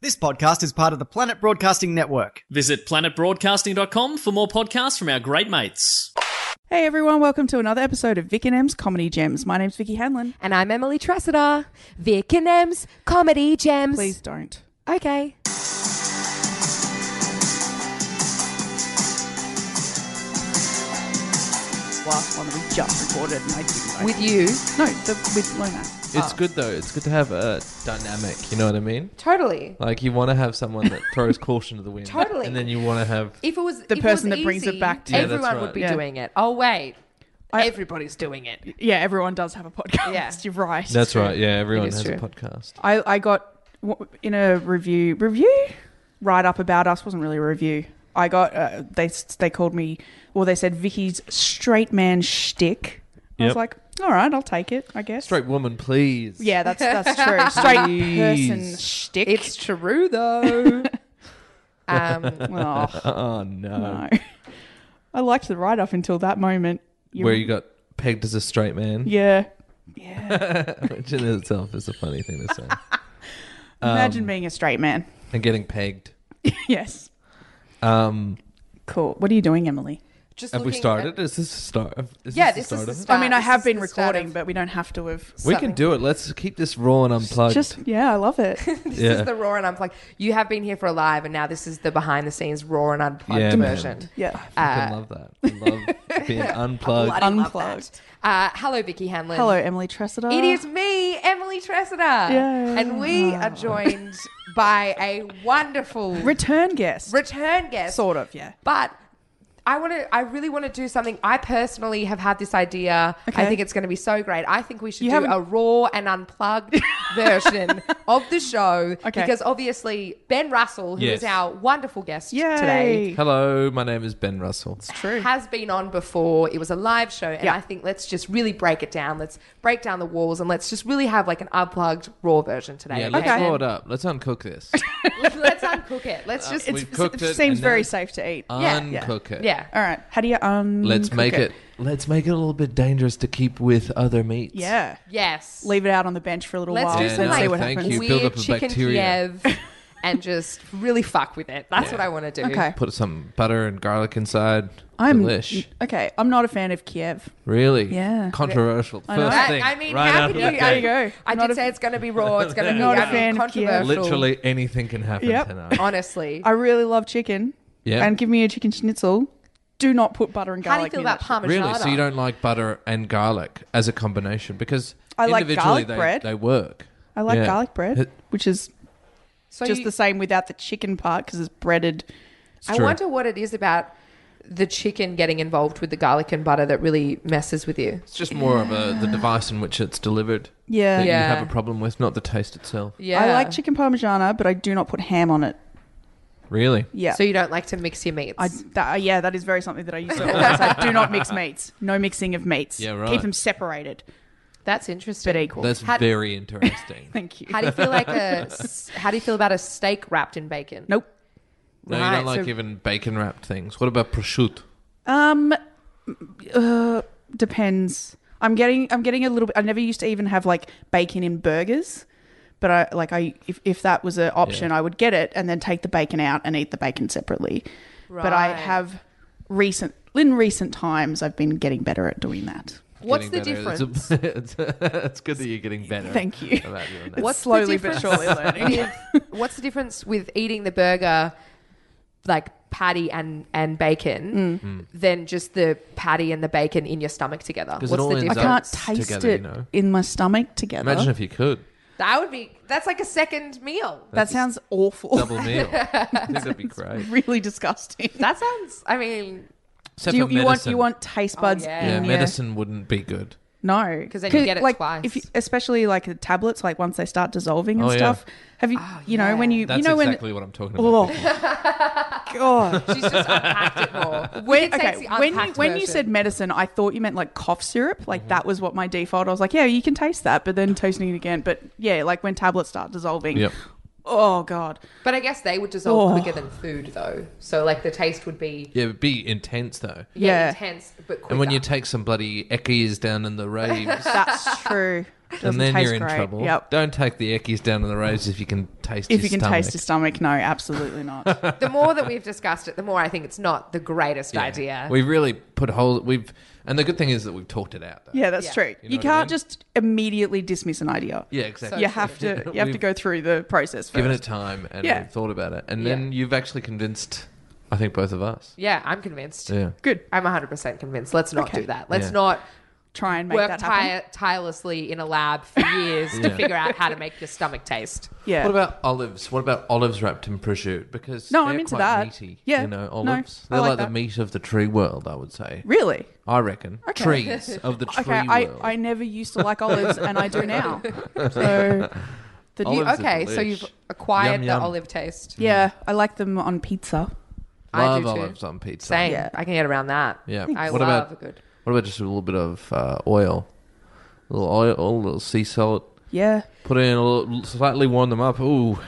This podcast is part of the Planet Broadcasting Network. Visit planetbroadcasting.com for more podcasts from our great mates. Hey everyone, welcome to another episode of Vic and M's Comedy Gems. My name's Vicky Hanlon. And I'm Emily Tressida, Vic and M's Comedy Gems. Please don't. Okay. Last one that we just recorded and I didn't like. With you. no, the, with Luna. It's good though. It's good to have a dynamic. You know what I mean? Totally. Like you want to have someone that throws caution to the wind. Totally. And then you want to have. If it was The if it person was that brings it easy, back to you. Yeah, that's everyone would right. be Yeah. doing it. Oh wait, I- everybody's doing it. Yeah, everyone does have a podcast. Yeah. You're right. That's right. Yeah, everyone is has a true. podcast. I, I got w- in a review review write up about us wasn't really a review. I got uh, they s- they called me well they said Vicky's straight man shtick. I was Yep. like, all right, I'll take it. I guess. Straight woman, please. Yeah, that's that's true. Straight person Jeez. shtick. It's true though. um, oh. Oh no. No. I liked the write up until that moment. Where you got pegged as a straight man, Yeah. which in itself is a funny thing to say, Um, Imagine being a straight man. and getting pegged. yes. Um, Cool. What are you doing, Emily? just have we looking started? At, Is this the start? Of, is Yeah, this the this is start of the it? start. I mean, Wow, I have this is been the start recording, of- but we don't have to have. We can do it. Let's keep this raw and unplugged. Just, yeah, I love it. this Yeah. is the raw and unplugged. You have been here for a live, and now this is the behind the scenes raw and unplugged Yeah, man. version. Yeah. I fucking love that. I love being unplugged. Unplugged. Uh, hello, Vicky Hanlon. Hello, Emily Tressida. It is me, Emily Tressida. Yay. And we are joined by a wonderful Return guest. return guest. sort of, yeah. But I want to. I really want to do something. I personally have had this idea. Okay. I think it's going to be so great. I think we should You do haven't- a raw and unplugged version of the show Okay. because obviously Ben Russell, who is Yes. our wonderful guest Yay. today, Hello, my name is Ben Russell. True. has been on before. It was a live show, and Yeah. I think let's just really break it down. Let's break down the walls, and let's just really have like an unplugged raw version today. Yeah, okay? let's roll it up. Let's uncook this. let's uncook it. Let's just We've cooked it. Seems and very now safe to eat. Yeah, yeah. Uncook it. yeah. All right. How do you um? Let's cook make it. Let's make it a little bit dangerous to keep with other meats. Yeah. Yes. Leave it out on the bench for a little Oh, Let's while. do and some, see like, what uh, thank happens. you. weird build up a chicken bacteria. Kiev and just really fuck with it. That's what I want to do. Okay. Put some butter and garlic inside. I'm Delish. okay. I'm not a fan of Kiev. Really? Yeah. Controversial. know. First I, thing. I mean, right how out can the There you? gate. you go. I Not did a- say it's going to be raw. It's going to be Not a I mean, fan of Kiev. controversial. Literally anything can happen Yep. tonight. honestly. I really love chicken. Yeah. And give me a chicken schnitzel. Do not put butter and How do you garlic. feel in about it. parmesan? Really? So you don't like butter and garlic as a combination because I like individually garlic they, bread. they work. I like Yeah. garlic bread, It- which is So just you- the same without the chicken part because it's breaded. I true. wonder what it is about the chicken getting involved with the garlic and butter that really messes with you. It's just more of a the device in which it's delivered Yeah. that Yeah. you have a problem with, not the taste itself. Yeah, I like chicken parmigiana, but I do not put ham on it. Really? Yeah. So you don't like to mix your meats. I, that, uh, yeah, that is very something that I used to always say. Do not mix meats. No mixing of meats. Yeah, right. Keep them separated That's interesting. but equal. That's How- very interesting. Thank you. How do you feel like a? s- How do you feel about a steak wrapped in bacon? nope. No, you Right, don't like so- even bacon wrapped things. What about prosciutto? Um, uh, depends. I'm getting I'm getting a little bit. I never used to even have like bacon in burgers, but I like I if, if that was an option, I would get it and then take the bacon out and eat the bacon separately. But I Right. have recent in recent times I've been getting better at doing that. What's the Getting better. difference? It's, a- it's, a- it's good that you're getting better. Thank you. About doing that. What's Slowly the but difference surely learning. with- what's the difference with eating the burger, like patty and Hmm. and bacon, Hmm. than just the patty and the bacon in your stomach together? 'Cause What's it all the ends I up- difference? can't That's taste together, it you know. in my stomach together. Imagine if you could. That would be that's like a second meal. that sounds awful. Double meal. I think that'd be great. really disgusting. That sounds. I mean, Except Do you, for you want medicine. you want taste buds Oh, yeah. in Yeah, your- medicine wouldn't be good. No, 'Cause then you get it like, twice. If you, especially like the tablets, like once they start dissolving and Oh, yeah. stuff. Have you, you know, when you, That's you know, exactly what I'm talking about. Oh. when, Vicky. God, She's just unpacked it more. when, We can okay, take the when you, unpacked when you version. said medicine, I thought you meant like cough syrup. Like Mm-hmm. that was what my default. I was like, yeah, you can taste that, but then tasting it again. But yeah, like when tablets start dissolving. Yep. Oh God. But I guess they would dissolve Oh. quicker than food, though. So like the taste would be Yeah, it'd be intense though. yeah, Yeah. intense, but quicker. And when you take some bloody eckies down in the raves, That's true. Doesn't and then taste you're in great. trouble. Yep. Don't take the eckies down in the raves if you can taste. if your you can stomach. taste your stomach, no, absolutely not. the more that we've discussed it, the more I think it's not the greatest idea. We really put whole. We've and the good thing is that we've talked it out. Though. yeah, that's Yeah. true. You You, know what I can't mean? just immediately dismiss an idea. Yeah, exactly. you have to. You have to We've go through the process. First. Given it time and Yeah. we've thought about it, and Yeah. then you've actually convinced. I think both of us. yeah, I'm convinced. Yeah. Good. I'm 100% convinced. Let's not Okay. do that. Let's Yeah. not Try and make work that happen. tire- tirelessly in a lab for years to Yeah. figure out how to make your stomach taste. Yeah. What about olives? What about olives wrapped in prosciutto? Because No, they're I'm into quite that. meaty. Yeah. you know No, olives. I they're like like, the that. meat of the tree world. I would say. really? I reckon trees of the tree Okay, world. I, I never used to like olives, and I do now. So, the new, Olives are Okay, so delish. you've acquired Yum, the yum. olive taste. yeah, I like them on pizza. I do Love too. olives on pizza. Same. Yeah. I can get around that. Yeah. I What love about- a good. What about just a little bit of uh, oil? A little oil, a little sea salt. Yeah, Put in a little, slightly warm them up. Ooh,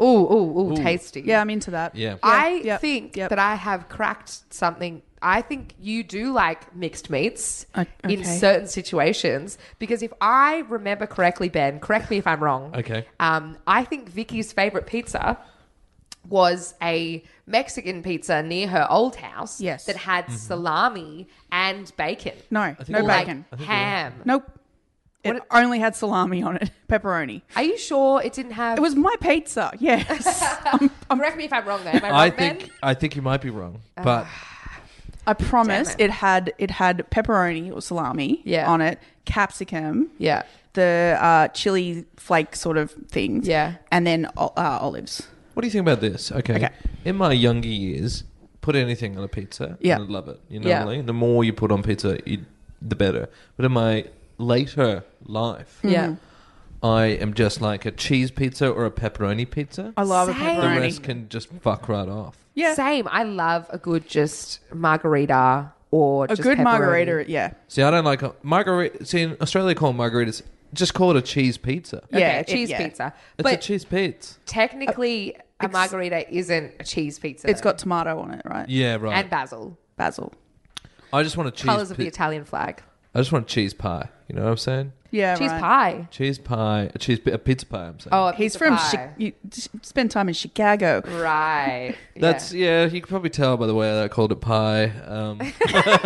Ooh, ooh, ooh, tasty. yeah, I'm into that. yeah. I yep, think yep. that I have cracked something. I think you do like mixed meats O- in okay. certain situations because if I remember correctly, Ben, correct me if I'm wrong. Okay. Um, I think Vicky's favorite pizza was a Mexican pizza near her old house Yes. that had Mm-hmm. salami and bacon. No, no you're Like bacon. ham. Nope. It only had salami on it, pepperoni. Are you sure it didn't have? It was my pizza. Yes, correct me if I'm wrong. There, am I, I wrong, Ben? think I think you might be wrong, but I promise. Damn it. It had it had pepperoni or salami Yeah. on it, capsicum, Yeah. the uh, chili flake sort of things, Yeah. and then o- uh, olives. what do you think about this? Okay. Okay. In my younger years, put anything on a pizza. Yeah. and I'd love it. You know Yeah. what I mean? The more you put on pizza, you, the better. But in my later life, Yeah. Mm-hmm. I am just like a cheese pizza or a pepperoni pizza. I love Same. a the rest pepperoni. can just fuck right off. Yeah, Same. I love a good just margarita or a good margarita. Yeah, See, I don't like a margarita. See, in Australia, they call them margaritas. Just call it a cheese pizza. Yeah, yeah, it- cheese yeah. pizza. It's a but cheese pizza. technically, a margarita isn't a cheese pizza. Uh, it's got tomato on it, right? Yeah, right. and basil, Basil. I just want a cheese. colors of pi- the Italian flag, I just want a cheese pie. You know what I'm saying? Yeah, cheese right. pie. Cheese pie, a cheese, pi- a pizza pie. I'm saying. Oh, a He's pizza from pie. Chi- you d- spend time in Chicago. right. that's yeah. yeah. You can probably tell by the way that I called it pie. Um,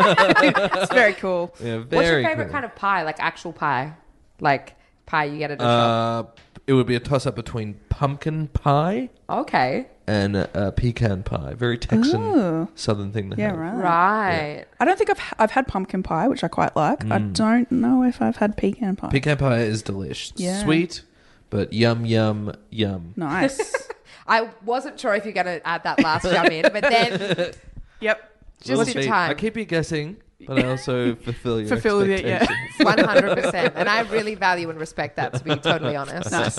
It's very cool. yeah, very. What's your favorite kind of pie? Like actual pie, like pie you get at a Uh, it would be a toss up between pumpkin pie shop. Okay, and a, a pecan pie. Very Texan, southern thing to Yeah, have. right. right. I don't think I've I've had pumpkin pie, which I quite like. I don't know if I've had pecan pie. Mm. Pecan pie is delish. Yeah. Sweet, but yum yum yum. nice. I wasn't sure if you're going to add that last yum in, but then yep. Little just in feet. time. I keep you guessing, but I also fulfill your Fulfill it, yeah. expectations. One hundred percent, and I really value and respect that. To be totally honest, Nice.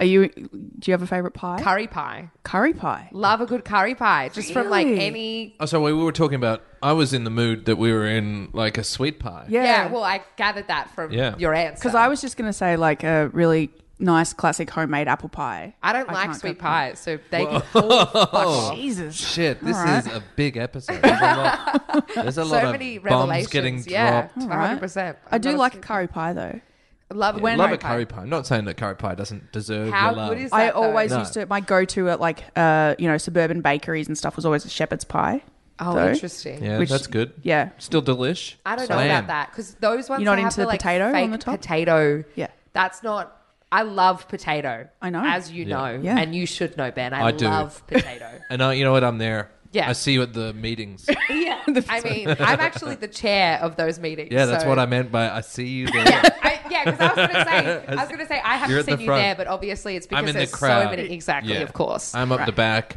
Are you? Do you have a favorite pie? curry pie. Curry pie. Love a good curry pie, just from like Really? any. Oh, so we we were talking about. I was in the mood that we were in, like a sweet pie. Yeah. well, I gathered that from Yeah. your answer. Because I was just gonna say like a really nice classic homemade apple pie. I don't like can't sweet go for that. pies, so they can all fuck off. Jesus. Oh, Shit, this Alright. is a big episode. There's a lot, there's a lot So many of bombs revelations. getting yeah, dropped. one hundred percent. I do like a curry pie though. love Yeah, when love a curry pie. I'm not saying that curry pie doesn't deserve How your love. good is I that, though? always No. used to my go to at like uh you know suburban bakeries and stuff was always a shepherd's pie. Oh, though. interesting. Yeah, Which- that's good. Yeah. Still delish. I don't know Slam. about that because those ones You're not that have into the, the like, potato on fake the top? Potato. Yeah. that's not. I love potato. I know. as you Yeah. know, Yeah. and you should know, Ben. I, I do. love potato. And I, you know what? I'm there. Yeah. I see you at the meetings. yeah, I mean, I'm actually the chair of those meetings. Yeah, that's so- what I meant by I see you there. I, yeah, because I was going to say, I was going to say, I haven't You're at seen the you front. there, but obviously it's I'm because in the there's crowd. so many. Exactly, Yeah. of course. I'm up the back.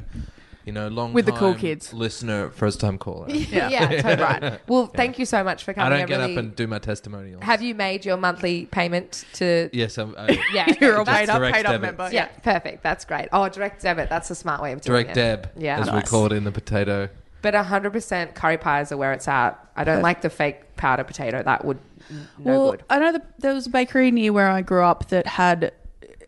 You know, long With the cool time kids. listener, first time caller. Yeah, totally right. Well, thank you so much for I coming. don't get really- up and do my testimonials. have you made your monthly payment to? Yes, I'm, uh, I Yeah, You're a Just paid up, direct paid up debit. member. yeah, perfect. That's great. Oh, direct debit. That's a smart way of doing direct it. dab, Yeah. as we Nice. call it in the potato. But 100% curry pies are where it's at. I don't like the fake powder potato. That would n- no well, good. I know that there was a bakery near where I grew up that had.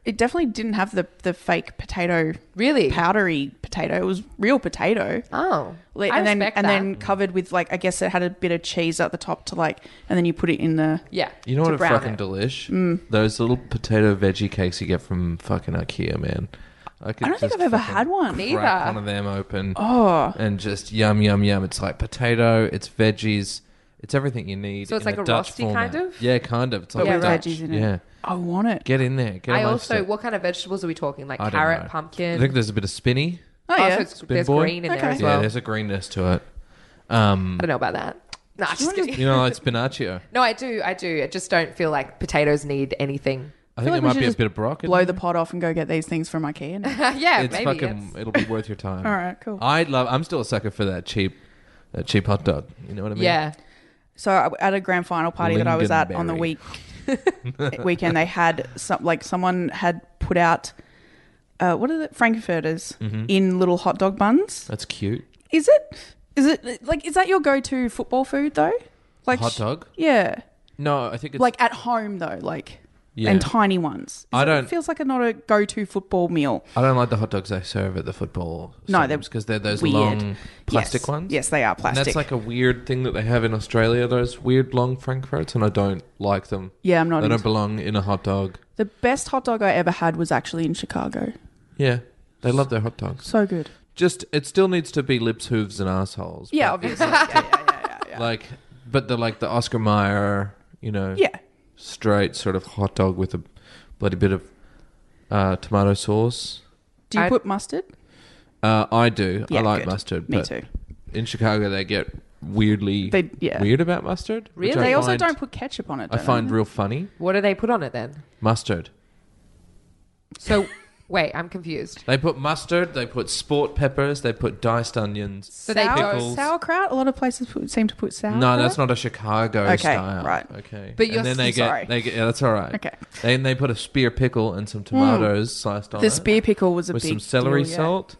It definitely didn't have the the fake potato, Really? powdery potato. It was real potato. Oh, Like, I and then respect and that. then covered with like I guess it had a bit of cheese at the top to like, and then you put it in the. yeah. You know to what are brown fucking it. delish? Those little potato veggie cakes you get from fucking IKEA, man. could I don't think just I've ever fucking had one. Me Crack either. one of them open. Oh. And just yum yum yum. It's like potato. It's veggies. It's everything you need. So it's in like a Dutch rosti kind format. of? Yeah, kind of. It's But like with Dutch. veggies in it. Yeah, I want it. get in there. Get I amongst also, it. what kind of vegetables are we talking? Like I don't carrot, know. pumpkin. I think there's a bit of spinny. Oh Also, yeah. it's- there's boy? green in there Okay. as Yeah, well. there's a greenness to it. Um, I don't know about that. Nah, just kidding. you know, like spinaccio. No, I do. I do. I just don't feel like potatoes need anything. I, like think we there might should be a just bit of broccoli. Blow the pot off and go get these things from IKEA. now. yeah, it's maybe. fucking. it's- It'll be worth your time. All right, cool. I love. I'm still a sucker for that cheap, that cheap hot dog. You know what I mean? yeah. So I- at a grand final party that I was at on the Lingonberry. week weekend, they had some like someone had put out uh, what are the frankfurters Mm-hmm. in little hot dog buns. That's cute. Is it? Is it like is that your go-to football food though? Like hot sh- dog? Yeah, No, I think it's like at home though, like Yeah. and tiny ones. Is I it- don't- It feels like a not a go-to football meal. I don't like the hot dogs they serve at the football. No, they're because they're those weird. long plastic Yes. ones. Yes, they are And plastic. that's like a weird thing that they have in Australia. Those weird long frankfurts, and I don't like them. Yeah, I'm not They don't into- belong in a hot dog. the best hot dog I ever had was actually in Chicago. Yeah, they love their hot dogs. So good. Just it still needs to be lips, hooves, and assholes. Yeah, but it's obviously. yeah, yeah, yeah, yeah, yeah. Like, but the like the Oscar Mayer, you know, Yeah. straight sort of hot dog with a bloody bit of uh, tomato sauce. Do you I- put mustard? Uh, I do. Yeah, I like good. mustard. Me but too. In Chicago, they get weirdly They- yeah. weird about mustard. which Really? I They also find- don't put ketchup on it. I don't find they? real funny What do they put on it then? mustard. So, wait, I'm confused. They put mustard. They put sport peppers. They put diced onions. So they Sour- go. Pickles. sauerkraut. A lot of places put, seem to put sauerkraut. No, that's not a Chicago Okay, style. right. Okay. But And you're- then they I'm get, sorry. They get, yeah, that's all right. Okay. Hmm. Then they put a spear pickle and some tomatoes sliced on The it spear pickle was a with big some celery deal, yeah. salt.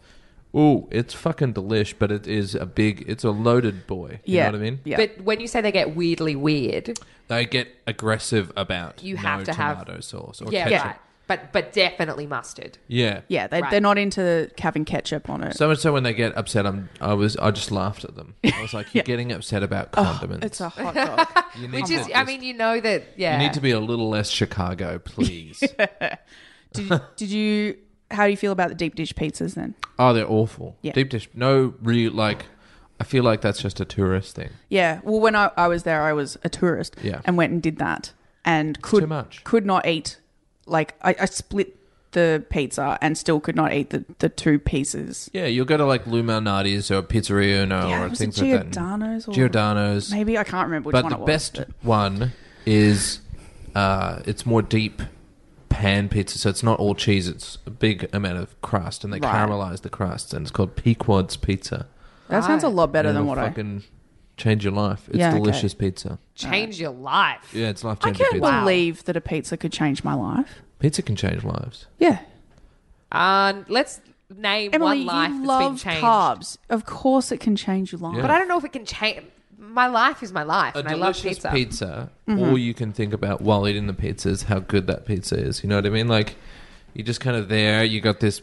Ooh, it's fucking delish, but it is a big. It's a loaded boy. You Yeah. know what I mean? Yeah. But when you say they get weirdly weird, They get aggressive about You no have to have- tomato sauce or yeah, ketchup. right. But but definitely mustard. Yeah. yeah, they, Right. they're not into having ketchup on it. So much so when they get upset, I'm, I was I just laughed at them. I was like, "You're getting upset about condiments. Oh, it's a hot dog. you need Which to is, I just- mean, you know that, yeah. you need to be a little less Chicago, please." did, you- did you? How do you feel about the deep dish pizzas then? oh, they're awful. Yeah. Deep dish, no real like. I feel like that's just a tourist thing. Yeah. Well, when I, I was there, I was a tourist Yeah. and went and did that and could too much. could not eat. Like I, I split the pizza and still could not eat the, the two pieces. Yeah, you'll go to like Lou Malnati's or Pizzeria Uno Yeah, or was it things like that. Giordano's or- Giordano's. Maybe I can't remember which but one the it was. best one is uh, it's more deep pan pizza, so it's not all cheese. It's a big amount of crust, and they Right. caramelize the crust, and it's called Pequod's pizza. that sounds a Right. lot better And than it'll what I. fucking change your life. It's Yeah, okay. delicious pizza. Change your life. Yeah, it's life I changing can't pizza. believe that a pizza could change my life. Pizza can change lives. Yeah, Um, let's name Emily, one life you that's love been changed. carbs. Of course, it can change your life. Yeah. But I don't know if it can change. My life is my life, A and I love delicious pizza. pizza. Mm-hmm. All you can think about while eating the pizza is how good that pizza is. You know what I mean? Like you're just kind of there. You got this.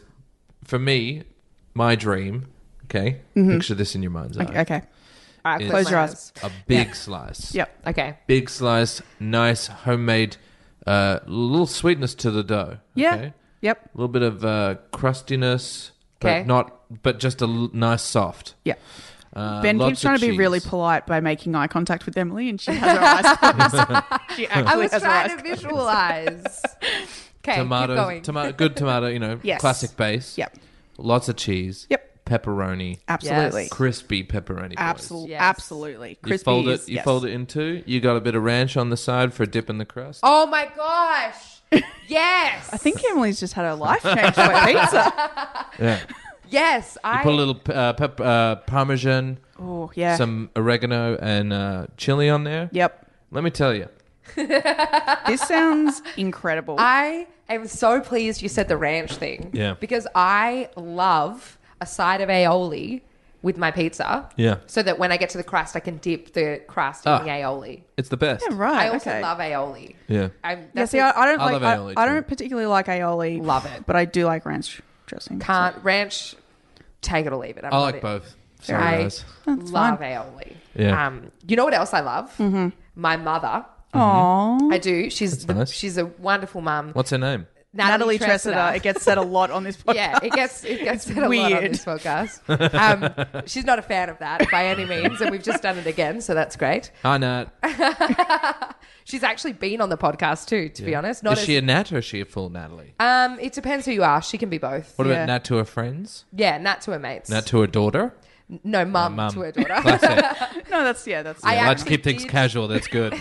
For me, my dream. Okay, picture this in your mind's eye. Mm-hmm. Okay. okay. All right, It's- Close your my eyes. A big slice. Yep. Okay. Big slice, nice homemade, uh, little sweetness to the dough. Yeah. okay? Yep. A little bit of uh, crustiness, Okay. but not, but just a l- nice soft. Yeah. Uh, Ben lots keeps trying of to be really cheese. polite by making eye contact with Emily, and she has her eyes closed. she actually I was has her trying eyes to visualize. Okay, keep tomato, going. tomato, good tomato. You know, Yes. classic base. Yep. Lots of cheese. Yep. Pepperoni. Absolutely. Yes. Crispy pepperoni. boys. Absolutely. Yes. Absolutely. You Crispy fold is- it. You yes. fold it in two. You got a bit of ranch on the side for a dip in the crust. oh my gosh! Yes. I think Emily's just had her life changed by pizza. Yeah. Yes, You I put a little uh, pep, uh, parmesan, Oh yeah. some oregano, and uh, chili on there. yep. Let me tell you, This sounds incredible. I am so pleased you said the ranch thing. Yeah. Because I love a side of aioli with my pizza. Yeah. So that when I get to the crust, I can dip the crust Ah. in the aioli. it's the best. yeah, right. I also okay. love aioli. Yeah. I'm, Yeah, that's see, a- I, I don't I like. love I, aioli I too. don't particularly like aioli. Love it. but I do like ranch dressing. so- can't ranch. Take it or leave it. I'm I not like it. both. Sorry, I guys. love aioli. Yeah. Um, you know what else I love? Mm-hmm. My mother. Aw. I do. She's the, nice. she's a wonderful mum. What's her name? Natalie Tressida. It gets said a lot on this podcast. yeah, it gets it gets said a lot on weird. this podcast. Um, she's not a fan of that by any means, and we've just done it again, so that's great. Hi, Nat. She's actually been on the podcast too, to be honest. Not is as, she a Nat or is she a full Natalie? um, it depends who you are. She can be both. What Yeah. about Nat to her friends? Yeah, Nat to her mates. Nat to her daughter? no, mum, mum. to her daughter. Classic. No, that's yeah. That's I Yeah, let's actually keep things did- casual. That's good.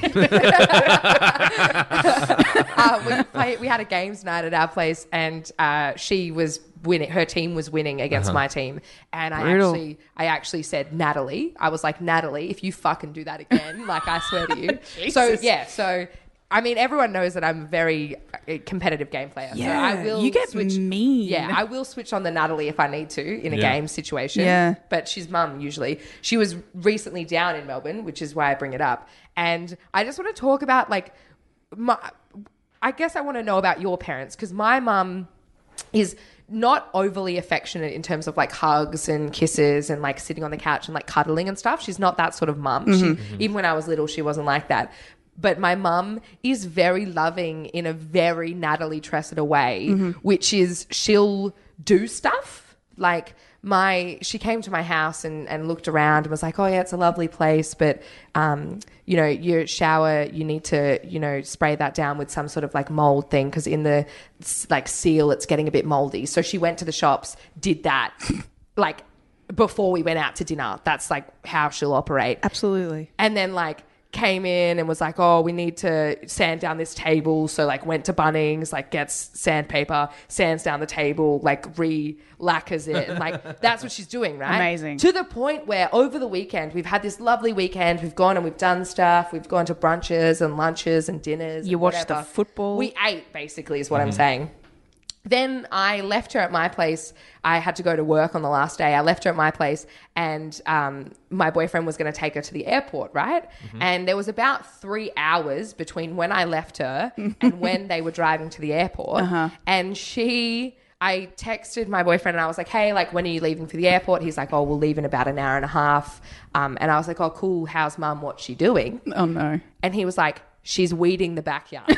uh, we, play, we had a games night at our place, and uh, she was winning. Her team was winning against Uh-huh. my team, and I Brutal. actually, I actually said, Natalie. I was like, Natalie, if you fucking do that again, like I swear to you. so yeah, so. I mean, everyone knows that I'm a very uh, competitive game player. Yeah, so I will you get switch. mean. Yeah, I will switch on the Natalie if I need to in a Yeah. game situation. Yeah. But she's mum usually. She was recently down in Melbourne, which is why I bring it up. And I just want to talk about like my I guess I want to know about your parents because my mum is not overly affectionate in terms of like hugs and kisses and like sitting on the couch and like cuddling and stuff. She's not that sort of mum. She Mm-hmm. Even when I was little, she wasn't like that. But my mum is very loving in a very Natalie Tressida way, which is she'll do stuff like my she came to my house and, and looked around and was like oh yeah it's a lovely place but um, you know your shower you need to you know spray that down with some sort of like mold thing because in the s- like seal it's getting a bit moldy so she went to the shops did that like before we went out to dinner that's like how she'll operate absolutely. and then like came in and was like, "Oh, we need to sand down this table." So like went to Bunnings, like gets sandpaper, sands down the table, like re lacquers it, and like that's what she's doing, right? Amazing. To the point where over the weekend we've had this lovely weekend. We've gone and we've done stuff. We've gone to brunches and lunches and dinners. You and watched the whatever. football. Mm-hmm. We ate basically is what I'm saying then I left her at my place. I had to go to work on the last day. I left her at my place, and um, my boyfriend was going to take her to the airport, right? Mm-hmm. And there was about three hours between when I left her and when they were driving to the airport. Uh-huh. And she, I texted my boyfriend and I was like, hey, like, when are you leaving for the airport? He's like, oh, we'll leave in about an hour and a half. Um, and I was like, oh, cool. How's mum? What's she doing? Oh no. And he was like, she's weeding the backyard.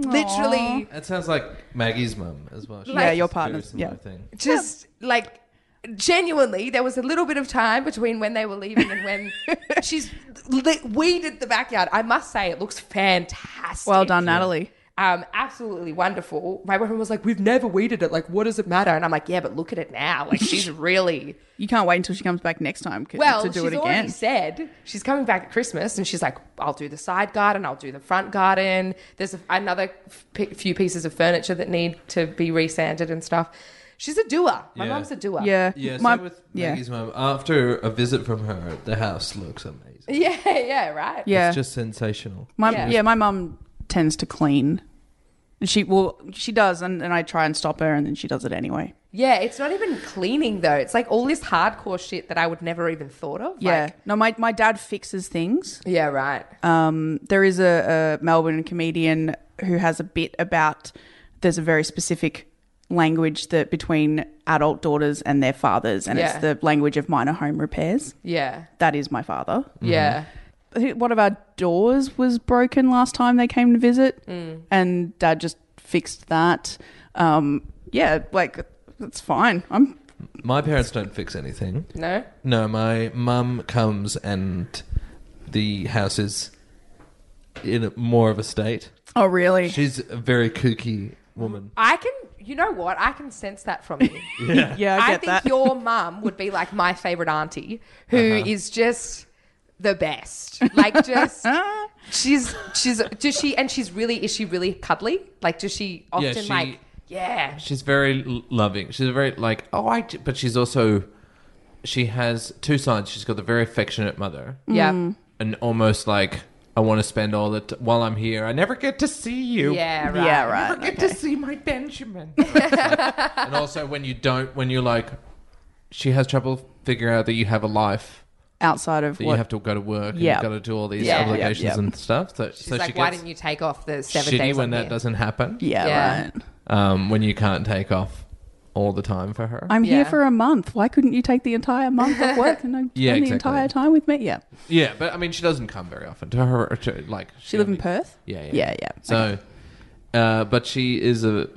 Literally. that sounds like Maggie's mum as well. She Yeah, does your a partner's- similar yeah. Thing. just like genuinely there was a little bit of time between when they were leaving and when she's li- weeded the backyard i must say it looks fantastic Well done, Natalie. um, absolutely wonderful my boyfriend was like we've never weeded it like what does it matter and i'm like yeah but look at it now like she's really You can't wait until she comes back next time 'cause- well to do she's it already again. said she's coming back at christmas and she's like i'll do the side garden i'll do the front garden there's a, another f- p- few pieces of furniture that need to be resanded and stuff she's a doer my Yeah. mom's a doer yeah. Yeah, My- same with yeah. Maggie's mum. After a visit from her, the house looks amazing. Yeah, yeah, right. yeah. It's just sensational. My Yeah. yeah, my mum tends to clean. And she well she does and, and I try and stop her and then she does it anyway. Yeah, it's not even cleaning though. It's like all this hardcore shit that I would never even thought of. Yeah. Like, no, my, my dad fixes things. Um, yeah, right. There is a, a Melbourne comedian who has a bit about there's a very specific language that between adult daughters and their fathers and Yeah. it's the language of minor home repairs. yeah. That is my father. Yeah. I think one of our doors was broken last time they came to visit, Mm. and Dad just fixed that. Um, yeah, like that's fine. I'm My parents don't fix anything. No? No, my mum comes and the house is in a, more of a state. oh really? She's a very kooky woman. I can you know what? I can sense that from you. yeah, I, think your mum would be like my favorite auntie, who is just the best. Like just she's she's does she and she's really is she really cuddly? Like does she often yeah, she like Yeah. She's very l- loving. She's very like oh I, j-" but she's also she has two sides. She's got the very affectionate mother Yeah. and almost like I want to spend all the t- while I'm here. I never get to see you. Yeah, right. Yeah, I right. never get to see my Benjamin. and also when you don't, when you're like, she has trouble figuring out that you have a life. Outside of That what? you have to go to work. and Yeah. You've got to do all these Yeah. obligations Yeah, yeah. and stuff. So, She's so like, she why gets didn't you take off the seven shitty days? when I'm that here?" doesn't happen. yeah, Yeah. right. Um, when you can't take off all the time for her. I'm Yeah. here for a month. Why couldn't you take the entire month off work and then Yeah, spend the exactly. entire time with me? Yeah. yeah, but I mean, she doesn't come very often to her. To, like, She live in only- Perth? Yeah, yeah, Yeah, yeah. So, uh, but she is a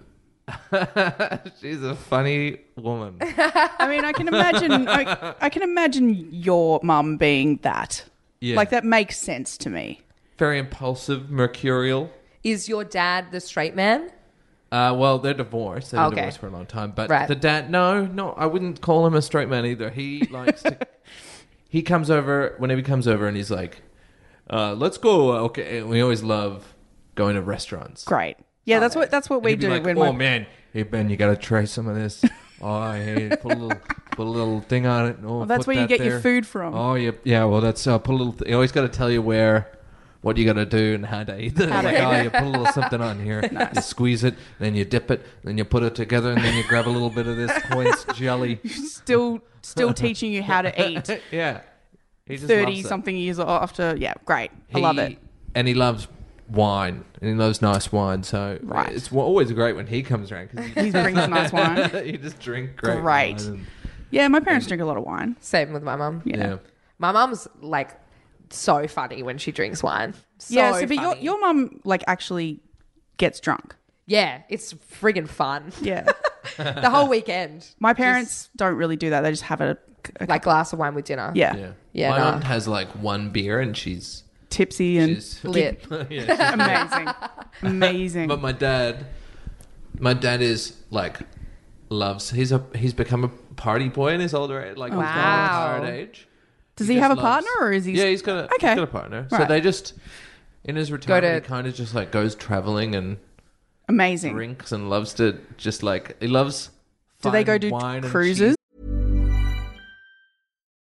she's a funny woman. I mean, I can imagine. I, I can imagine your mum being that. Yeah, Like that makes sense to me. Very impulsive, mercurial. Is your dad the straight man? Uh, well, they're divorced. They've been Okay. divorced for a long time. But Right. the dad, no, no, I wouldn't call him a straight man either. He likes to. he comes over whenever he comes over, and he's like, uh, "Let's go." uh, Okay, and we always love going to restaurants. Great. Yeah, that's what that's what we He'd be do like, when my oh man, hey Ben, you gotta try some of this. Oh, I hate it. Put a little, put a little thing on it. Oh, that's put where you that get your there. food from. Oh, yeah, yeah. Well, that's uh, put a little. Th- you always gotta tell you where, what you gotta do and how to eat. It's How to like, eat oh, you put a little something on here. You squeeze it, then you dip it, then you put it together, and then you grab a little bit of this moist jelly. still still teaching you how to eat. yeah, He just Thirty loves it. something years after. Yeah, great. I love He- it. And he loves wine, and he loves nice wine. So Right. it's always great when he comes around because He brings nice wine. you just drink great. Great. wine and- Yeah, my parents drink a lot of wine. Same with my mum. Yeah. yeah. My mum's like so funny when she drinks wine. So yeah, so but your funny. your mum like actually gets drunk. yeah, it's friggin' fun. Yeah. the whole weekend, my parents don't really do that. They just have a, a like glass of wine with dinner. yeah, Yeah. Yeah, My nah. aunt has like one beer and she's tipsy and she's lit. yeah. amazing, amazing. But my dad, my dad is like loves. He's a he's become a party boy in his older age, like his Wow. retired age. Oh, Does he, just have a loves- partner or is he? Yeah, he's got a Okay. he's got a partner. So Right. they just in his retirement, to- he kind of just like goes traveling and amazing. drinks and loves to just like he loves. Do they fine go do wine and cruises?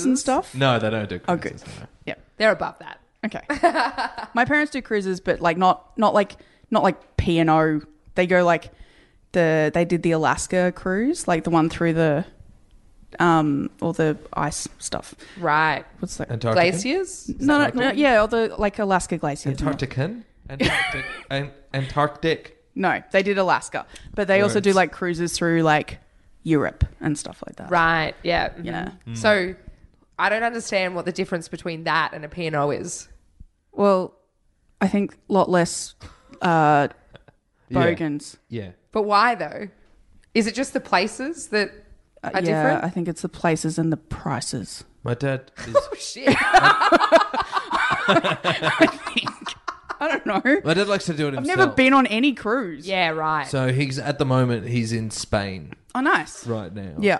and stuff? No, they don't do Oh, cruises. good. Yeah. They're above that. Okay. my parents do cruises, but like not not like not like P and O. They go like the they did the Alaska cruise, like the one through the um all the ice stuff. Right. What's that? Antarctican? Glaciers? No, no, no, yeah, all the like Alaska glaciers. and all- Antarctican? Antarctic. An- Antarctic. No, they did Alaska, but they also do Words. like cruises through like Europe and stuff like that. Right. Yeah. Yeah. Mm. So I don't understand what the difference between that and a P&O is. Well, I think a lot less uh, bogans. Yeah. But why though? Is it just the places that Uh, yeah, are different? I think it's the places and the prices. My dad is. Shit. I don't know. my dad likes to do it himself. I've never been on any cruise. yeah, right. So he's at the moment he's in Spain Oh, nice. right now. Yeah.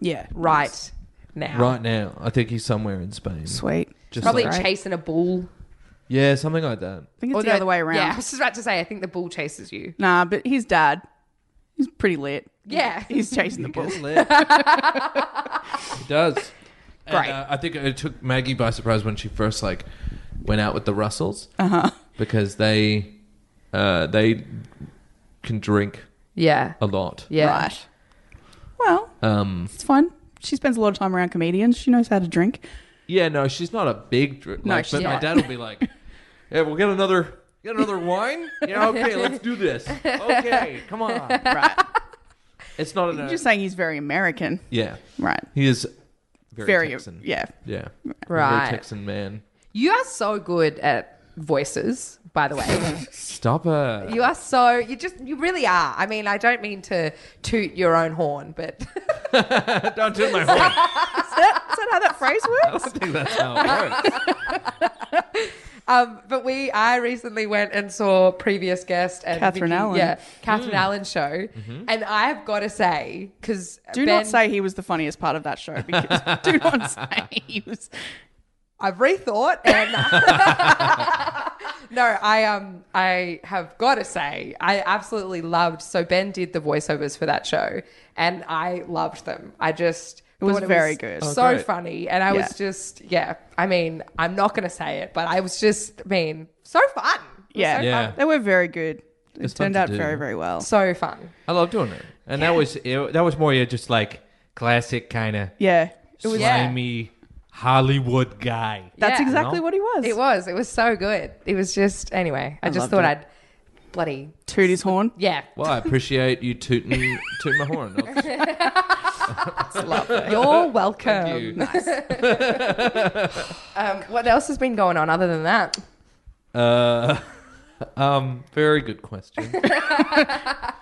Yeah. right now. Right now, I think he's somewhere in Spain. Sweet. Just Probably like- Right. chasing a bull. yeah, something like that. I think it's Or the other way around. Yeah, I was just about to say, I think the bull chases you. Nah, but his dad, he's pretty lit. Yeah. He's chasing the bull. it does. And, Great. uh, I think it took Maggie by surprise when she first like went out with the Russells Uh-huh. because they uh, they can drink Yeah. a lot. Yeah. Right. Well, Um, it's fine. She spends a lot of time around comedians. She knows how to drink. yeah, no, she's not a big drinker. No, like, she's but my not. dad will be like, "Yeah, we'll get another get another wine. Yeah, okay, let's do this. Okay, come on." Right. It's not You're an uh, just saying he's very American. yeah. Right. He is very, Very, Texan. yeah. yeah, Right. very Texan man. You are so good at voices, by the way. Stop uh, her. you are so you just you really are. I mean, I don't mean to toot your own horn, but Don't do my horn. Is that, is that how that phrase works? I think that's how it works. Um, but we, I recently went and saw previous guest and Catherine Vicky- Allen. yeah, Catherine Allen's show, and I've got to say because Do not say he was the funniest part of that show because do not say he was. I've rethought and no, I um I have got to say I absolutely loved. So Ben did the voiceovers for that show, and I loved them. I just It was thought very good. Oh, so great. funny, and I Yeah. was just yeah. I mean, I'm not going to say it, but I was just I mean so fun. It was Yeah. so Yeah. fun. They were very good. It It's fun turned to out do. very, very well. So fun. I love doing it. And that was it, that was more yeah, just like classic kind of yeah. It was, Yeah. slimy Hollywood guy. That's Yeah. exactly what he was. It was. It was so good. It was just anyway. I, just loved thought it. I'd bloody Toot his horn. yeah. Well, I appreciate you tooting toot my horn. You're welcome. you. Nice. um, what else has been going on other than that? Uh, um, very good question.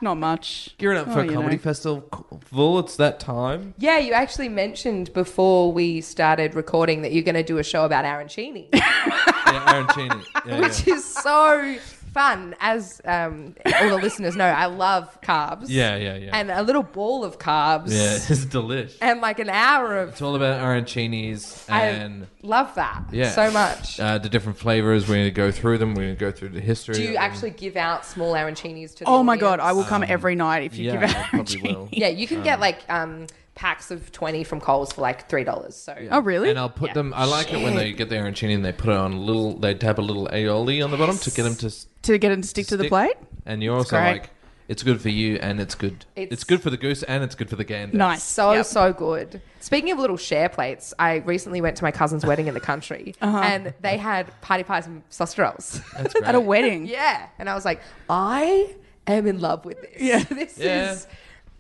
Not much. Gearing up Oh, for you a know. comedy festival. It's that time. Yeah, you actually mentioned before we started recording that you're going to do a show about Arancini, Yeah, Aaron Cheney. Yeah, yeah. which is so fun. As um, all the listeners know, I love carbs. Yeah, yeah, yeah. And a little ball of carbs. yeah, it's delish. And like an hour of. It's all about arancinis and I love that yeah, so much. Uh, the different flavors. We're going to go through them. We're going to go through the history. Do of you them. actually give out small arancinis to? The Oh my god, audience? I will come every night if you Um, Yeah, give it. I probably will. Yeah, you can get like um, packs of twenty from Coles for like three dollars. So Oh really? And I'll put them. I like it when they get the arancini and they put it on a little. They dab a little aioli on the bottom to get them to s- to get it to stick to the stick. plate. And you're also great. like, it's good for you and it's good. It's- It's, good for the goose and it's good for the gander. Nice. So Yep. so good. Speaking of little share plates, I recently went to my cousin's wedding in the country, Uh-huh. and they had party pies and sausage rolls. That's great. at a wedding. yeah, and I was like, I am in love with this. Yeah, this Yeah. is.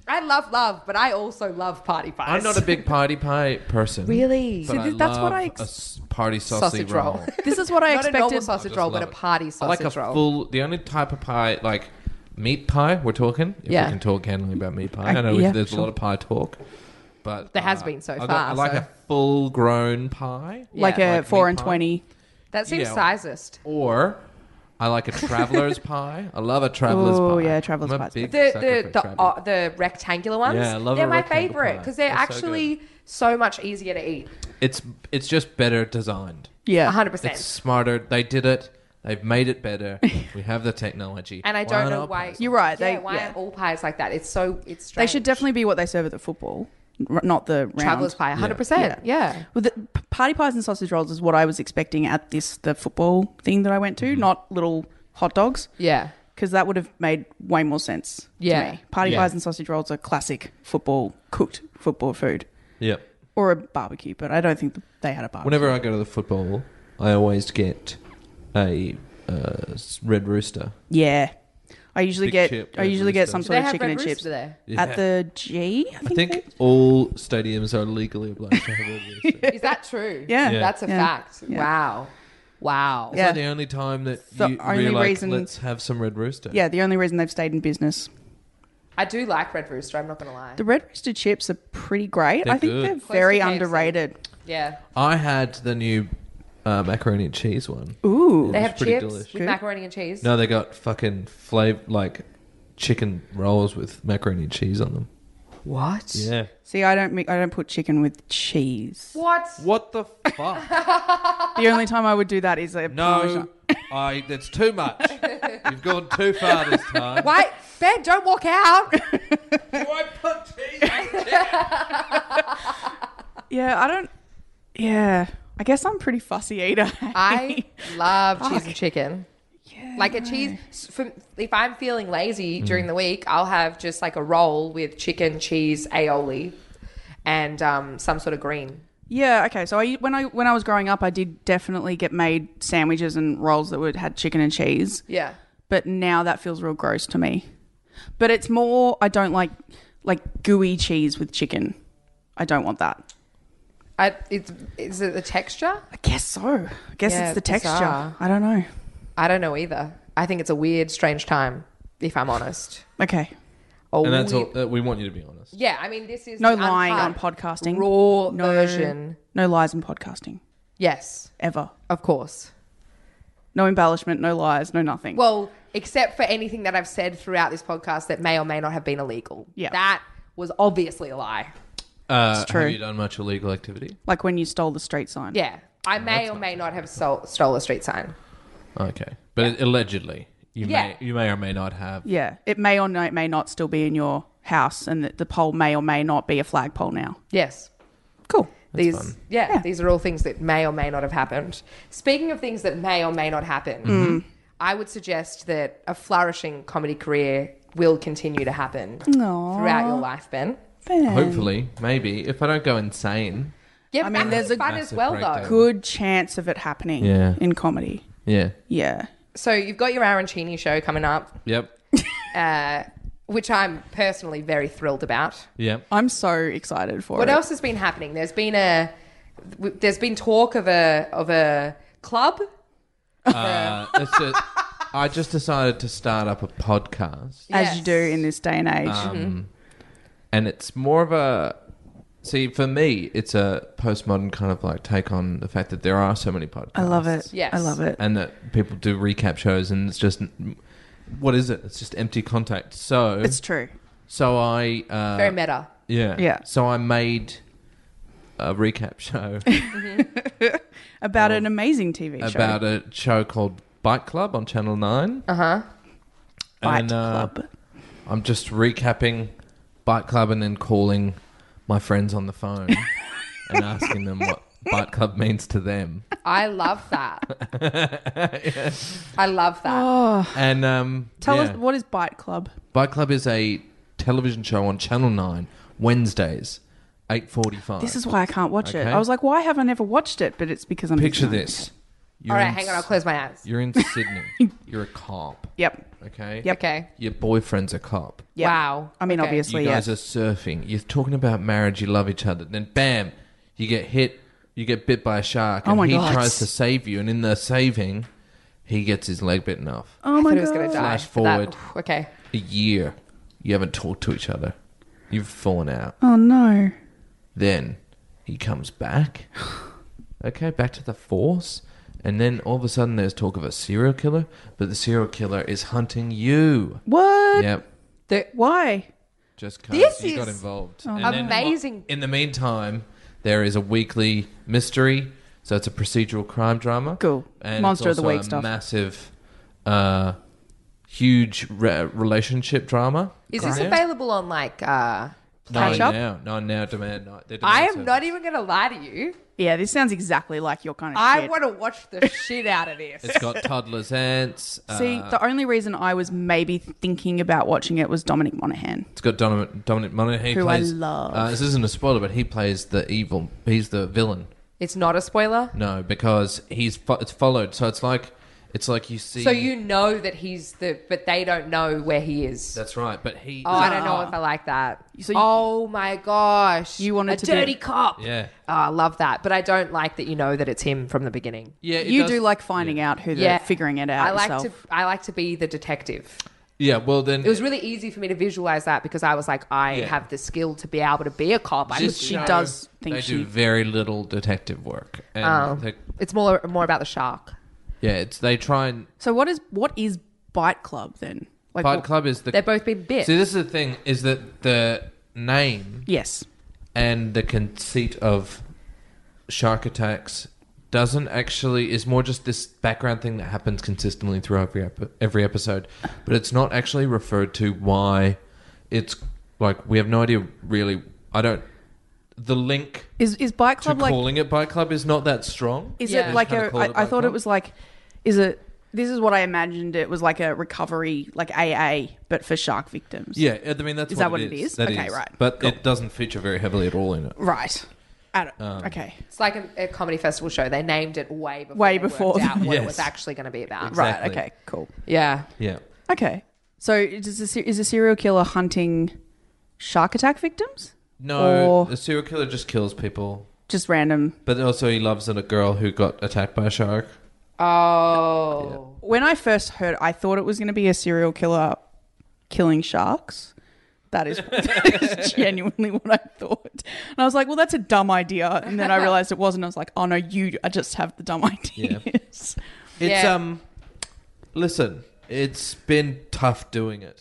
I love love, but I also love party pies. I'm not a big party pie person. Really? But See, I th- that's love what I a s- party sausage, Sausage roll. roll. This is what I not a normal expected. sausage Just roll, love but a it. party I sausage like a roll. full. The only type of pie, like meat pie, we're talking. If Yeah. we can talk handily about meat pie. I know yeah, there's sure. a lot of pie talk, but uh, There has been so I li- far, I like so- a full-grown pie, like a Yeah. Like four meat and pie. twenty. that seems yeah. sizest. or I like a traveler's pie. I love a traveler's Ooh, pie. yeah, traveler's I'm a pie's big the sucker the for the, travel- uh, the rectangular ones. Yeah, I love they're a my rectangle favorite pie. because they're They're so actually so, much easier to eat. it's it's just better designed. Yeah. hundred It's percent. smarter. They did it. They've made it better. we have the technology. And I Why don't know not why. pass You're right, Yeah, they- why yeah. are all pies like that? It's so it's They strange. should definitely be what they serve at the football, r- not the round. travelers pie. Hundred percent. Yeah. Well, the p- party pies and sausage rolls is what I was expecting at this the football thing that I went Mm-hmm. to, not little hot dogs, Yeah. because that would have made way more sense. Yeah. to me. party Yeah. pies and sausage rolls are classic football cooked football food Yep. or a barbecue, but I don't think that they had a barbecue. Whenever I go to the football, I always get a uh, s- red rooster. yeah, I usually Big get chip, I Red usually get Rooster. some Do sort they of have chicken Red and Rooster chips there? at the G. I I think. think all stadiums are legally obliged to have red rooster. Is that true? Yeah. Yeah. That's a Yeah. fact. Yeah. Wow. Wow. Yeah. It's the only time that The you only only like, reason- let's have some red rooster. yeah, the only reason they've stayed in business. I do like Red Rooster. I'm not gonna lie. The Red Rooster chips are pretty great. They're I think good. they're Close to very KFC. underrated. yeah. I had the new uh, macaroni and cheese one. Ooh, They have pretty chips delish. with macaroni and cheese. No, they got fucking flavor like chicken rolls with macaroni and cheese on them. What? Yeah. See, I don't make, I don't put chicken with cheese. What? What the fuck? The only time I would do that is a no, I. That's too much. You've gone too far this time. Wait, Ben, don't walk out. Do I put cheese? Yeah, I don't. Yeah, I guess I'm pretty fussy eater. I love cheese and chicken. like a cheese. s- For, if I'm feeling lazy Mm. during the week, I'll have just like a roll with chicken, cheese, aioli, and um, some sort of green. yeah, okay. So I when I when I was growing up, I did definitely get made sandwiches and rolls that would had chicken and cheese. Yeah. But now that feels real gross to me. But it's more I don't like like gooey cheese with chicken. I don't want that. I, it's, is it the texture? I guess so. I guess Yeah, it's the bizarre. texture. I don't know. I don't know either. I think it's a weird, strange time, if I'm honest. Okay. A And that's all weird- uh, we want you to be honest. Yeah, I mean, this is No the lying on uncut, podcasting. raw No- version. No lies in podcasting. Yes, Ever. of course. No embellishment, no lies, no nothing. Well, except for anything that I've said throughout this podcast that may or may not have been illegal. Yeah. that was obviously a lie. Uh, It's true. Have you done much illegal activity? like when you stole the street sign. Yeah, I may or may not have stole, stole a street sign. Okay, but allegedly, you Yeah. may you may or may not have. Yeah. It may or no, it may not still be in your house and the, the pole may or may not be a flagpole now. Yes. Cool. these yeah, Yeah. these are all things that may or may not have happened speaking of things that may or may not happen i would suggest that a flourishing comedy career will continue to happen throughout your life ben Hopefully, maybe if I don't go insane. yeah i mean there's there's a- fun as Massive well breakdown. though Good chance of it happening Yeah. in comedy. Yeah. Yeah. so you've got your arancini show coming up Yep. which i'm personally very thrilled about Yep. I'm so excited for what it. else has been happening there's been a w- there's been talk of a of a club Uh, it's a, I just decided to start up a podcast, As Yes. you do in this day and age. Um, and it's more of a. See, for me, it's a postmodern kind of like take on the fact that there are so many podcasts. I love it. Yes. I love it. and that people do recap shows, and it's just what is it? It's just empty contact. So It's true. so I uh, very meta yeah Yeah. So I made a recap show About an amazing TV show. about a show called Bike Club on Channel Nine. Uh-huh. Fight and, uh, Club. I'm just recapping Bike Club and then calling my friends on the phone and asking them what Bike Club means to them. i love that i love that Oh. And um, Tell yeah. us what is Bite Club? Bike Club is a television show on Channel Nine Wednesdays, eight forty-five. This is why I can't watch it. Okay. I was like, why have I never watched it? But it's because I'm Picture busy. this. You're All right, in hang on. I'll S- close my eyes. You're in Sydney. You're a cop. Yep. Okay. Yep. Okay. Your boyfriend's a cop. Yep. Wow. I mean, Okay. obviously, You guys yeah. are surfing. You're talking about marriage. You love each other. Then bam, you get hit. You get bit by a shark, Oh and my he God. tries to save you. And in the saving, he gets his leg bitten off. oh I my thought he was god. going to die. Flash for that. forward. Oof, Okay. A year, you haven't talked to each other. You've fallen out. Oh no. Then he comes back. Okay, back to the force. And then all of a sudden there's talk of a serial killer, but the serial killer is hunting you. What? Yep. Why? Just cause This you got is Oh, involved. amazing. In the meantime, there is a weekly mystery. So it's a procedural crime drama. Cool. And Monster it's of the also Week a stuff. Massive, uh, huge re- relationship drama. Is this Yeah. available on like? uh Nine Catch up? now. Nine now. Demand. night- their I demand am not service. even going to lie to you. Yeah, this sounds exactly like your kind of I shit. want to watch the shit out of this. It's got toddlers' ants. Uh, See, the only reason I was maybe thinking about watching it was Dominic Monaghan. It's got Dominic, Dominic Monaghan. He Who I plays, love. Uh, this isn't a spoiler, but he plays the evil. He's the villain. It's not a spoiler. No, because he's fo- it's followed. So it's like it's like you see. So you know that he's the, but they don't know where he is. That's right. But he. Oh, I don't know if I like that. So you- oh my gosh! You wanted a to be- dirty cop. Yeah. Oh, I love that, but I don't like that you know that it's him from the beginning. Yeah, it you does- do like finding out who they're figuring it out. I like yourself. to. I like to be the detective. Yeah. Well, then It was really easy for me to visualize that because I was like, I Yeah. have the skill to be able to be a cop. I this could- she show, does think they she- Oh. do very little detective work. And they- it's more more about the shark. yeah, it's they try and So what is what is Bite Club then? Like Fight what- Club is the. They've both been bit. See, this is the thing: is that the name Yes. and the conceit of shark attacks doesn't actually is more just this background thing that happens consistently through every ep- every episode, but it's not actually referred to why it's like we have no idea really. I don't. The link Is is Bite to Club like calling it Bike Club is not that strong. Is Yeah. it like Kinda a? call I it I like thought that. it was like, is it? This is what I imagined. It was like a recovery, like AA, but for shark victims. Yeah, I mean that's Is what that what it is? That Okay, right. But it doesn't feature very heavily at all in it. Right. I don't, Um, okay. It's like a, a comedy festival show. They named it way before. Way they worked before. out what it Yes. was actually going to be about. Right. Exactly. Okay. Cool. Yeah. Yeah. Okay. So is a, se- is a serial killer hunting shark attack victims? No, Or- the serial killer just kills people. Just random. But also, he loves a girl who got attacked by a shark. Oh. When I first heard, I thought it was going to be a serial killer killing sharks. That is, that is genuinely what I thought. And I was like, well, that's a dumb idea. And then I realized it wasn't. I was like, oh no, you I just have the dumb ideas. It's Yeah. um listen, it's been tough doing it.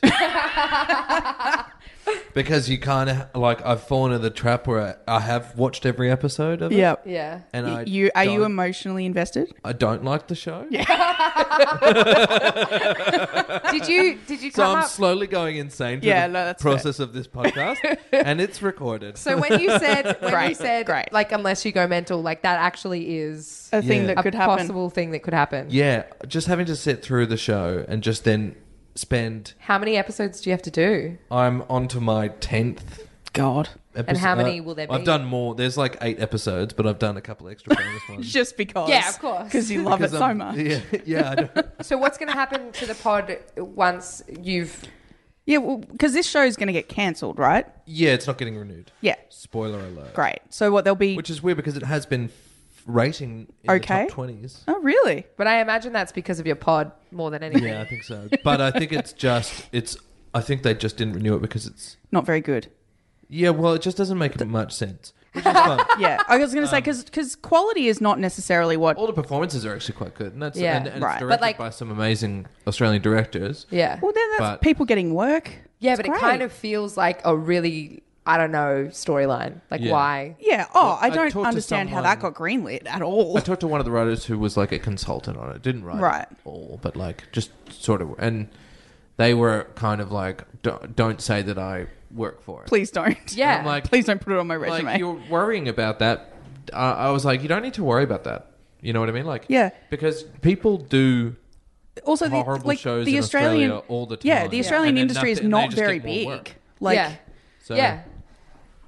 because you kind of like I've fallen in the trap where I, I have watched every episode of it. Yeah. Yeah. And I you are you don't- emotionally invested? I don't like the show. Did you did you So come I'm up? slowly going insane through Yeah, the no, that's fair. process of this podcast and it's recorded. so when you said when you Great, said great. like unless you go mental, like that actually is A thing Yeah. that a could happen. possible thing that could happen. yeah, just having to sit through the show and just then spend How many episodes do you have to do? I'm onto my 10th God. episode. uh, how many will there I've be? done more. There's like 8 episodes, but I've done a couple extra bonus ones. Just because. Yeah, of course. Because you love it Because so I'm- much. um, Yeah, yeah. I don't- So what's going to happen to the pod once you've? Yeah, because this show is going to get cancelled, right? yeah, it's not getting renewed. Yeah. Spoiler alert. Great. So what they'll be. Which is weird because it has been f- rating in Okay. the top 20s. oh, really? But I imagine that's because of your pod more than anything. Yeah, I think so. But I think it's just it's I think they just didn't renew it because it's Not very good. Yeah, well, it just doesn't make much sense. Which is fun. Yeah, I was Um, going to say because quality is not necessarily what. All the performances are actually quite good. And that's Yeah. and, and Right. it's But directed like- by some amazing Australian directors. Yeah. Well, then that's but- people getting work. Yeah, It's but it great. kind of feels like a really I don't know storyline. Like Yeah. why? Yeah. Oh, I I don't talked to understand how that someone- got greenlit at all. I talked to one of the writers who was like a consultant on it. Didn't write Right. it all, but like just sort of. And they were kind of like, don't, don't say that I work for it. Please don't. Yeah. I'm like, Please don't put it on my like, resume. you're worrying about that. I I was like, you don't need to worry about that. You know what I mean? Like, Yeah. because people do also, the, horrible like shows the in Australian Australia all the time. Yeah, the Australian And then industry nothing- is and they not just get very more big. work. Like, yeah. So yeah.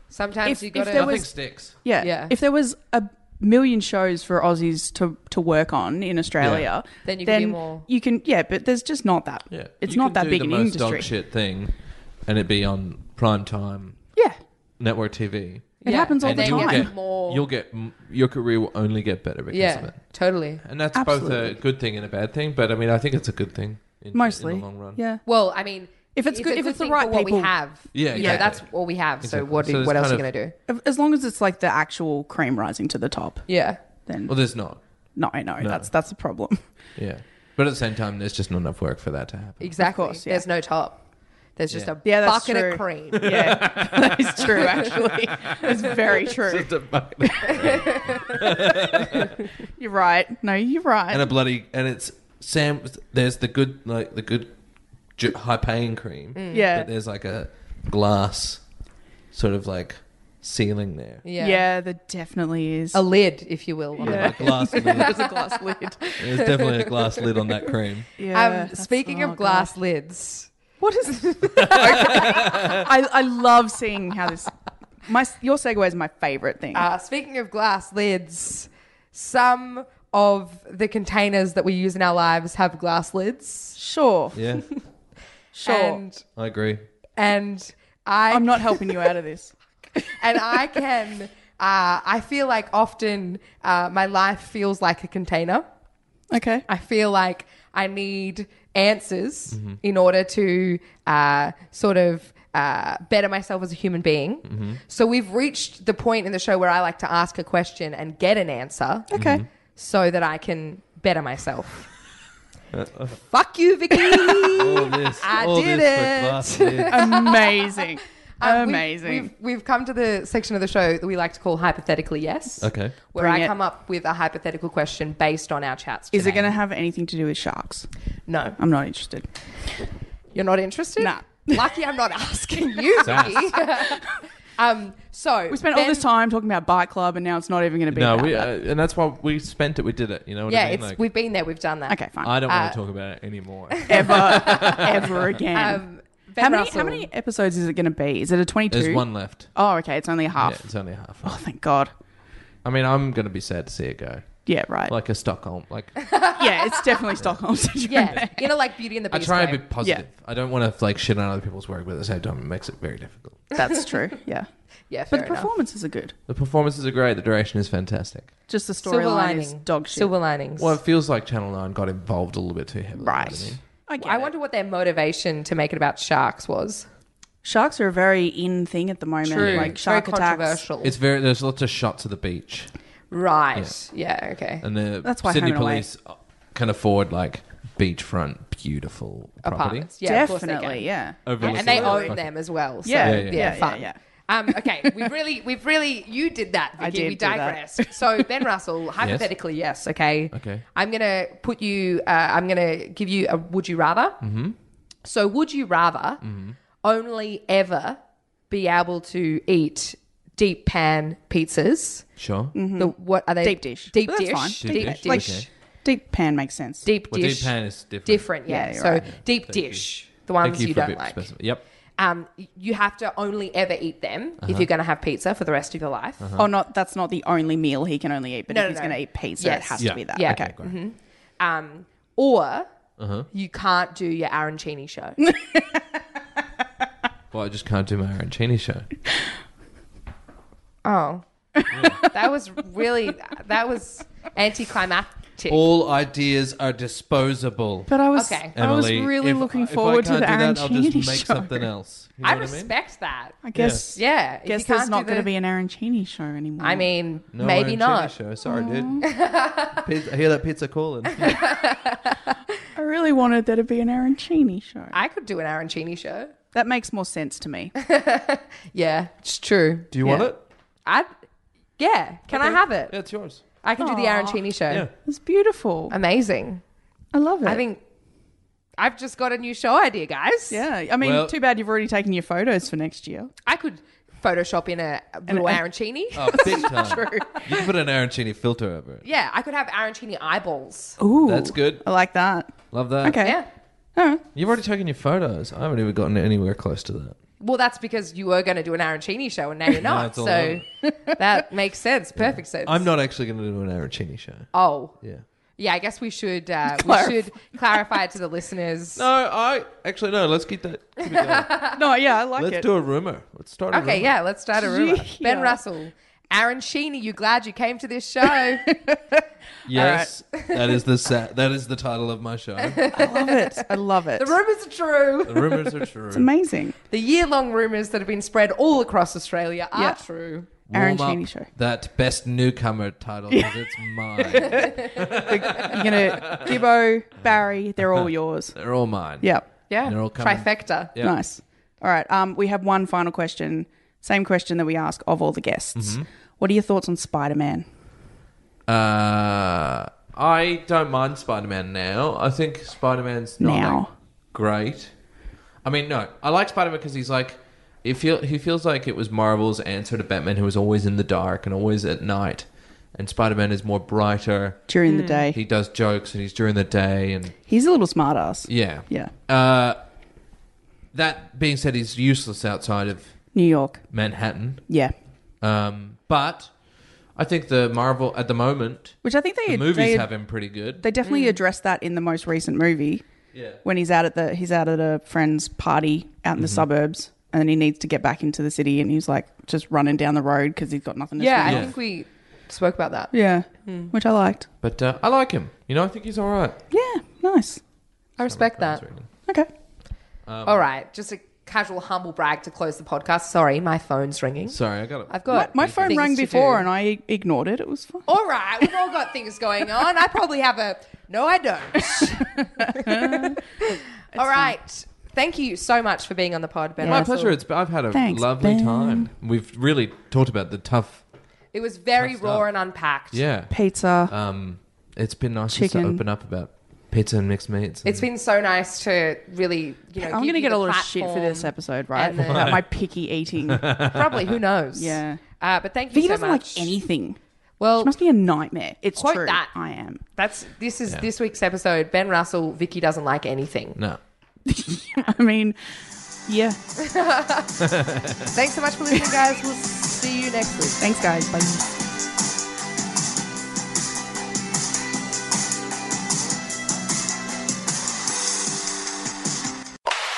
Sometimes If- you if got there nothing to. was- sticks. yeah. Yeah. If there was a million shows for Aussies to to work on in Australia, Then you could do more. You can yeah, but there's just not that. Yeah, It's You not can that do big the an most industry. Dog shit thing, and it be on prime time Yeah. network TV. It Yeah. happens all And the then you'll time. Get, More- You'll get m- your career will only get better because of yeah, it. totally. And that's both a Absolutely. good thing and a bad thing, but I mean, I think it's a good thing. In, Mostly. in the long run. Yeah. Well, I mean, If it's good- a if it's the thing right for what we people- have, Yeah, you know, exactly. that's what we have. So Exactly. what? So it's what else are you kind gonna of- do? As long as it's like the actual cream rising to the top, Yeah, then Well, there's not. no, I know that's that's a problem. Yeah. But at the same time, there's just not enough work for that to happen. exactly. course, yeah. There's no top. There's just Yeah. a Yeah, that's bucket true. of cream. Yeah, that is true. Actually, that's very true. You're right. No, you're right. and a bloody and it's Sam. There's the good like the good ju- high paying Mm. cream. Yeah. But there's like a glass sort of like ceiling there. Yeah. yeah. there definitely is. a lid, if you will. Um, on A glass lid. There's a glass lid. There's definitely a glass lid on that cream. Yeah. oh, it. Um, speaking of glass lids, What is? okay. I I love seeing how this. My your segue is my favorite thing. Uh, speaking of glass lids, some of the containers that we use in our lives have glass lids. sure, Yeah, sure. And I agree. and I I'm not helping you out of this. and I can. Uh, I feel like often uh, my life feels like a container. Okay. I feel like I need answers in order to uh, sort of uh, better myself as a human being. So we've reached the point in the show where I like to ask a question and get an answer. Okay. Mm-hmm. so that I can better myself. Fuck you, Vicky. I did it. Amazing. Um, we've- Amazing. We've, we've come to the section of the show that we like to call hypothetically yes. Okay. Where Bring I it. come up with a hypothetical question based on our chats. is it today. going to have anything to do with sharks? No, I'm not interested. you're not interested. Nah. Lucky I'm not asking you, Vicky. um. So We spent all this time talking about Bike Club, and now it's not even going to be. No, about we that. uh, and that's why we spent it. We did it. You know what Yeah, I mean? it's Like, we've been there. We've done that. okay, fine. I don't want to talk about it anymore. ever, ever again. Um, Ben how many Russell. how many episodes is it going to be? Is it a twenty-two? There's one left. Oh, okay. It's only half. Yeah, it's only half. oh, thank God. I mean, I'm going to be sad to see it go. Yeah, right. like a Stockholm. Like yeah, it's definitely Stockholm syndrome. Yeah, you know, like Beauty and the I Beast. try way. and be positive. I don't want to like shit on other people's work, but at the same time, it makes it very difficult. That's true. Yeah. yeah, fair But the enough. performances are good. The performances are great. The duration is fantastic. Just the Silver storyline is lining. dog shit. Silver linings. Well, it feels like Channel Nine got involved a little bit too heavily. right. I, get I it. wonder what their motivation to make it about sharks was. Sharks are a very in thing at the moment. Like Very shark attacks. controversial. It's very. There's lots of shots of the beach, right. Yeah. okay. and the That's why Sydney Home and Away- police can afford like beachfront, beautiful property. Apartments. Yeah, of course they Definitely, can. yeah. Overlooking and they the own fucking- them as well. So, Yeah, yeah, yeah, yeah. Yeah, fun. yeah, Um, okay, we've really, we've really, you did that, Vicky. I did we do that. digressed. So Ben Russell, hypothetically, yes. okay. Okay. I'm gonna put you. Uh, I'm gonna give you a would you rather. Mm-hmm. So would you rather only ever be able to eat deep pan pizzas? Sure. The, what are they? Deep dish. Deep But that's dish. fine. Deep, Deep dish. dish, Like okay. deep pan makes sense. Deep Well, dish. deep pan is different. Different. Yeah. Yeah, so right. deep dish. The ones Thank you, you for don't being like specific. Yep. um, you have to only ever eat them Uh-huh. if you're going to have pizza for the rest of your life. Oh, not that's not the only meal he can only eat. But No, if no, he's no. going to eat pizza, it Yes. has Yeah. to be that. Yeah. Mm-hmm. Okay. Um, or Uh-huh. you can't do your Arancini show. Well, I just can't do my arancini show. oh, that was really that was anticlimactic. All ideas are disposable. But I was Okay. I was Emily. really If- looking if I forward to can't the do Aaron that, I'll just Cheney make show. something else. You know I what mean? respect that. I guess. Yeah, if Guess you can't there's do not going to the- be an Arancini show anymore. I mean, Mm. No maybe arancini not. Show. Sorry, Mm-hmm. dude. Pizza, I hear that pizza calling. I really wanted there to be an Arancini show. I could do an Arancini show. That makes more sense to me. Yeah, it's true. Do you want it? I, yeah, can I have it? Yeah, it's yours. I can do the Arancini show. Yeah. It's beautiful. Amazing. I love it. I think I've just got a new show idea, guys. Yeah, I mean, Well- too bad you've already taken your photos for next year. I could Photoshop in a a little arancini. Oh, big time. You can put an arancini filter over it. yeah, I could have arancini eyeballs. Ooh, That's good. I like that. Love that. Okay, Yeah. You've already taken your photos. I haven't even gotten anywhere close to that. Well, that's because you were going to do an arancini show and now you're not. it's all so that makes sense. Perfect sense. I'm not actually going to do an arancini show. Oh. Yeah. Yeah. I guess we should uh, Clarif- we should clarify to the listeners. No, I actually no. Let's keep that. Keep it going. no, yeah, I like Let's it. do a rumor. Let's start. A Okay, rumor. yeah, let's start a rumor. Ben Yeah. Russell, arancini, you glad you came to this show? Yes, that is the sa- that is the title of my show. the I love it. I love it. the rumors are true. rumors are true. it's amazing. The year-long rumors that have been spread all across Australia are Yeah. true. Aaron Warm Cheney up show. That best newcomer title because it's mine. You're gonna Gibbo, Barry, they're all yours. They're all mine. Yep. Yeah. They're all coming. Trifecta. Yeah. Nice. All right. Um, we have one final question. Same question that we ask of all the guests. Mm-hmm. What are your thoughts on Spider Man? Uh, I don't mind Spider Man now. I think Spider Man's not Now. like, great. I mean, no, I like Spider Man because he's like, he feel he feels like it was Marvel's answer to Batman, who was always in the dark and always at night, and Spider Man is more brighter. During Mm. the day, He does jokes and he's during the day and he's a little smartass. yeah, Yeah. Uh, that being said, he's useless outside of New York. Manhattan. Yeah. Um, but I think the Marvel at the moment, Which I think they the movies they, have him pretty good. they definitely Mm. addressed that in the most recent movie. Yeah. When he's out at the he's out at a friend's party out Mm-hmm. in the suburbs, and then he needs to get back into the city, and he's like just running down the road because he's got nothing. To Yeah, Hmm. I see. think we spoke about that. yeah, which I liked. But uh, I like him. You know, I think he's all right. Yeah, nice. I respect that. Okay. All right, just a casual humble brag to close the podcast. Sorry, my phone's ringing. Sorry, I got it. I've got My phone things rang to before, do. and I ignored it. It was fine. All right, we've all got things going on. I probably have a no, I don't. all right, thank you so much for being on the pod, Ben. My Russell. pleasure. It's I've had a Thanks, lovely Ben. time. We've really talked about the tough. It was very Tough raw stuff. and unpacked. Yeah. Pizza. Um, it's been nice just Chicken. to open up about pizza and mixed meats. And It's been so nice to really, you know. I'm going gonna to get a lot of shit for this episode, right? and the- About my picky eating. Vicky Probably, who knows? Yeah. Uh, but thank you so doesn't like much. anything. Well, She must be a nightmare. It's Quote true. that. I am. That's this is this week's episode. Ben Russell, Vicky doesn't like anything. no. I mean, yeah. Thanks so much for listening, guys. We'll see you next week. Thanks, guys. Bye.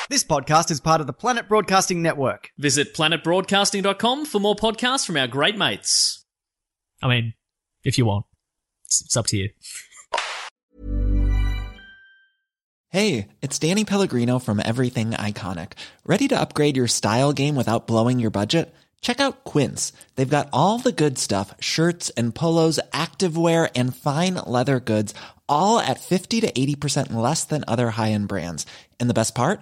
This podcast is part of the Planet Broadcasting Network. Visit planetbroadcasting.com for more podcasts from our great mates. I mean, if you want, it's, it's up to you. Hey, it's Danny Pellegrino from Everything Iconic. Ready to upgrade your style game without blowing your budget? Check out Quince. They've got all the good stuff shirts and polos, activewear, and fine leather goods, all at 50 to 80% less than other high end brands. And the best part?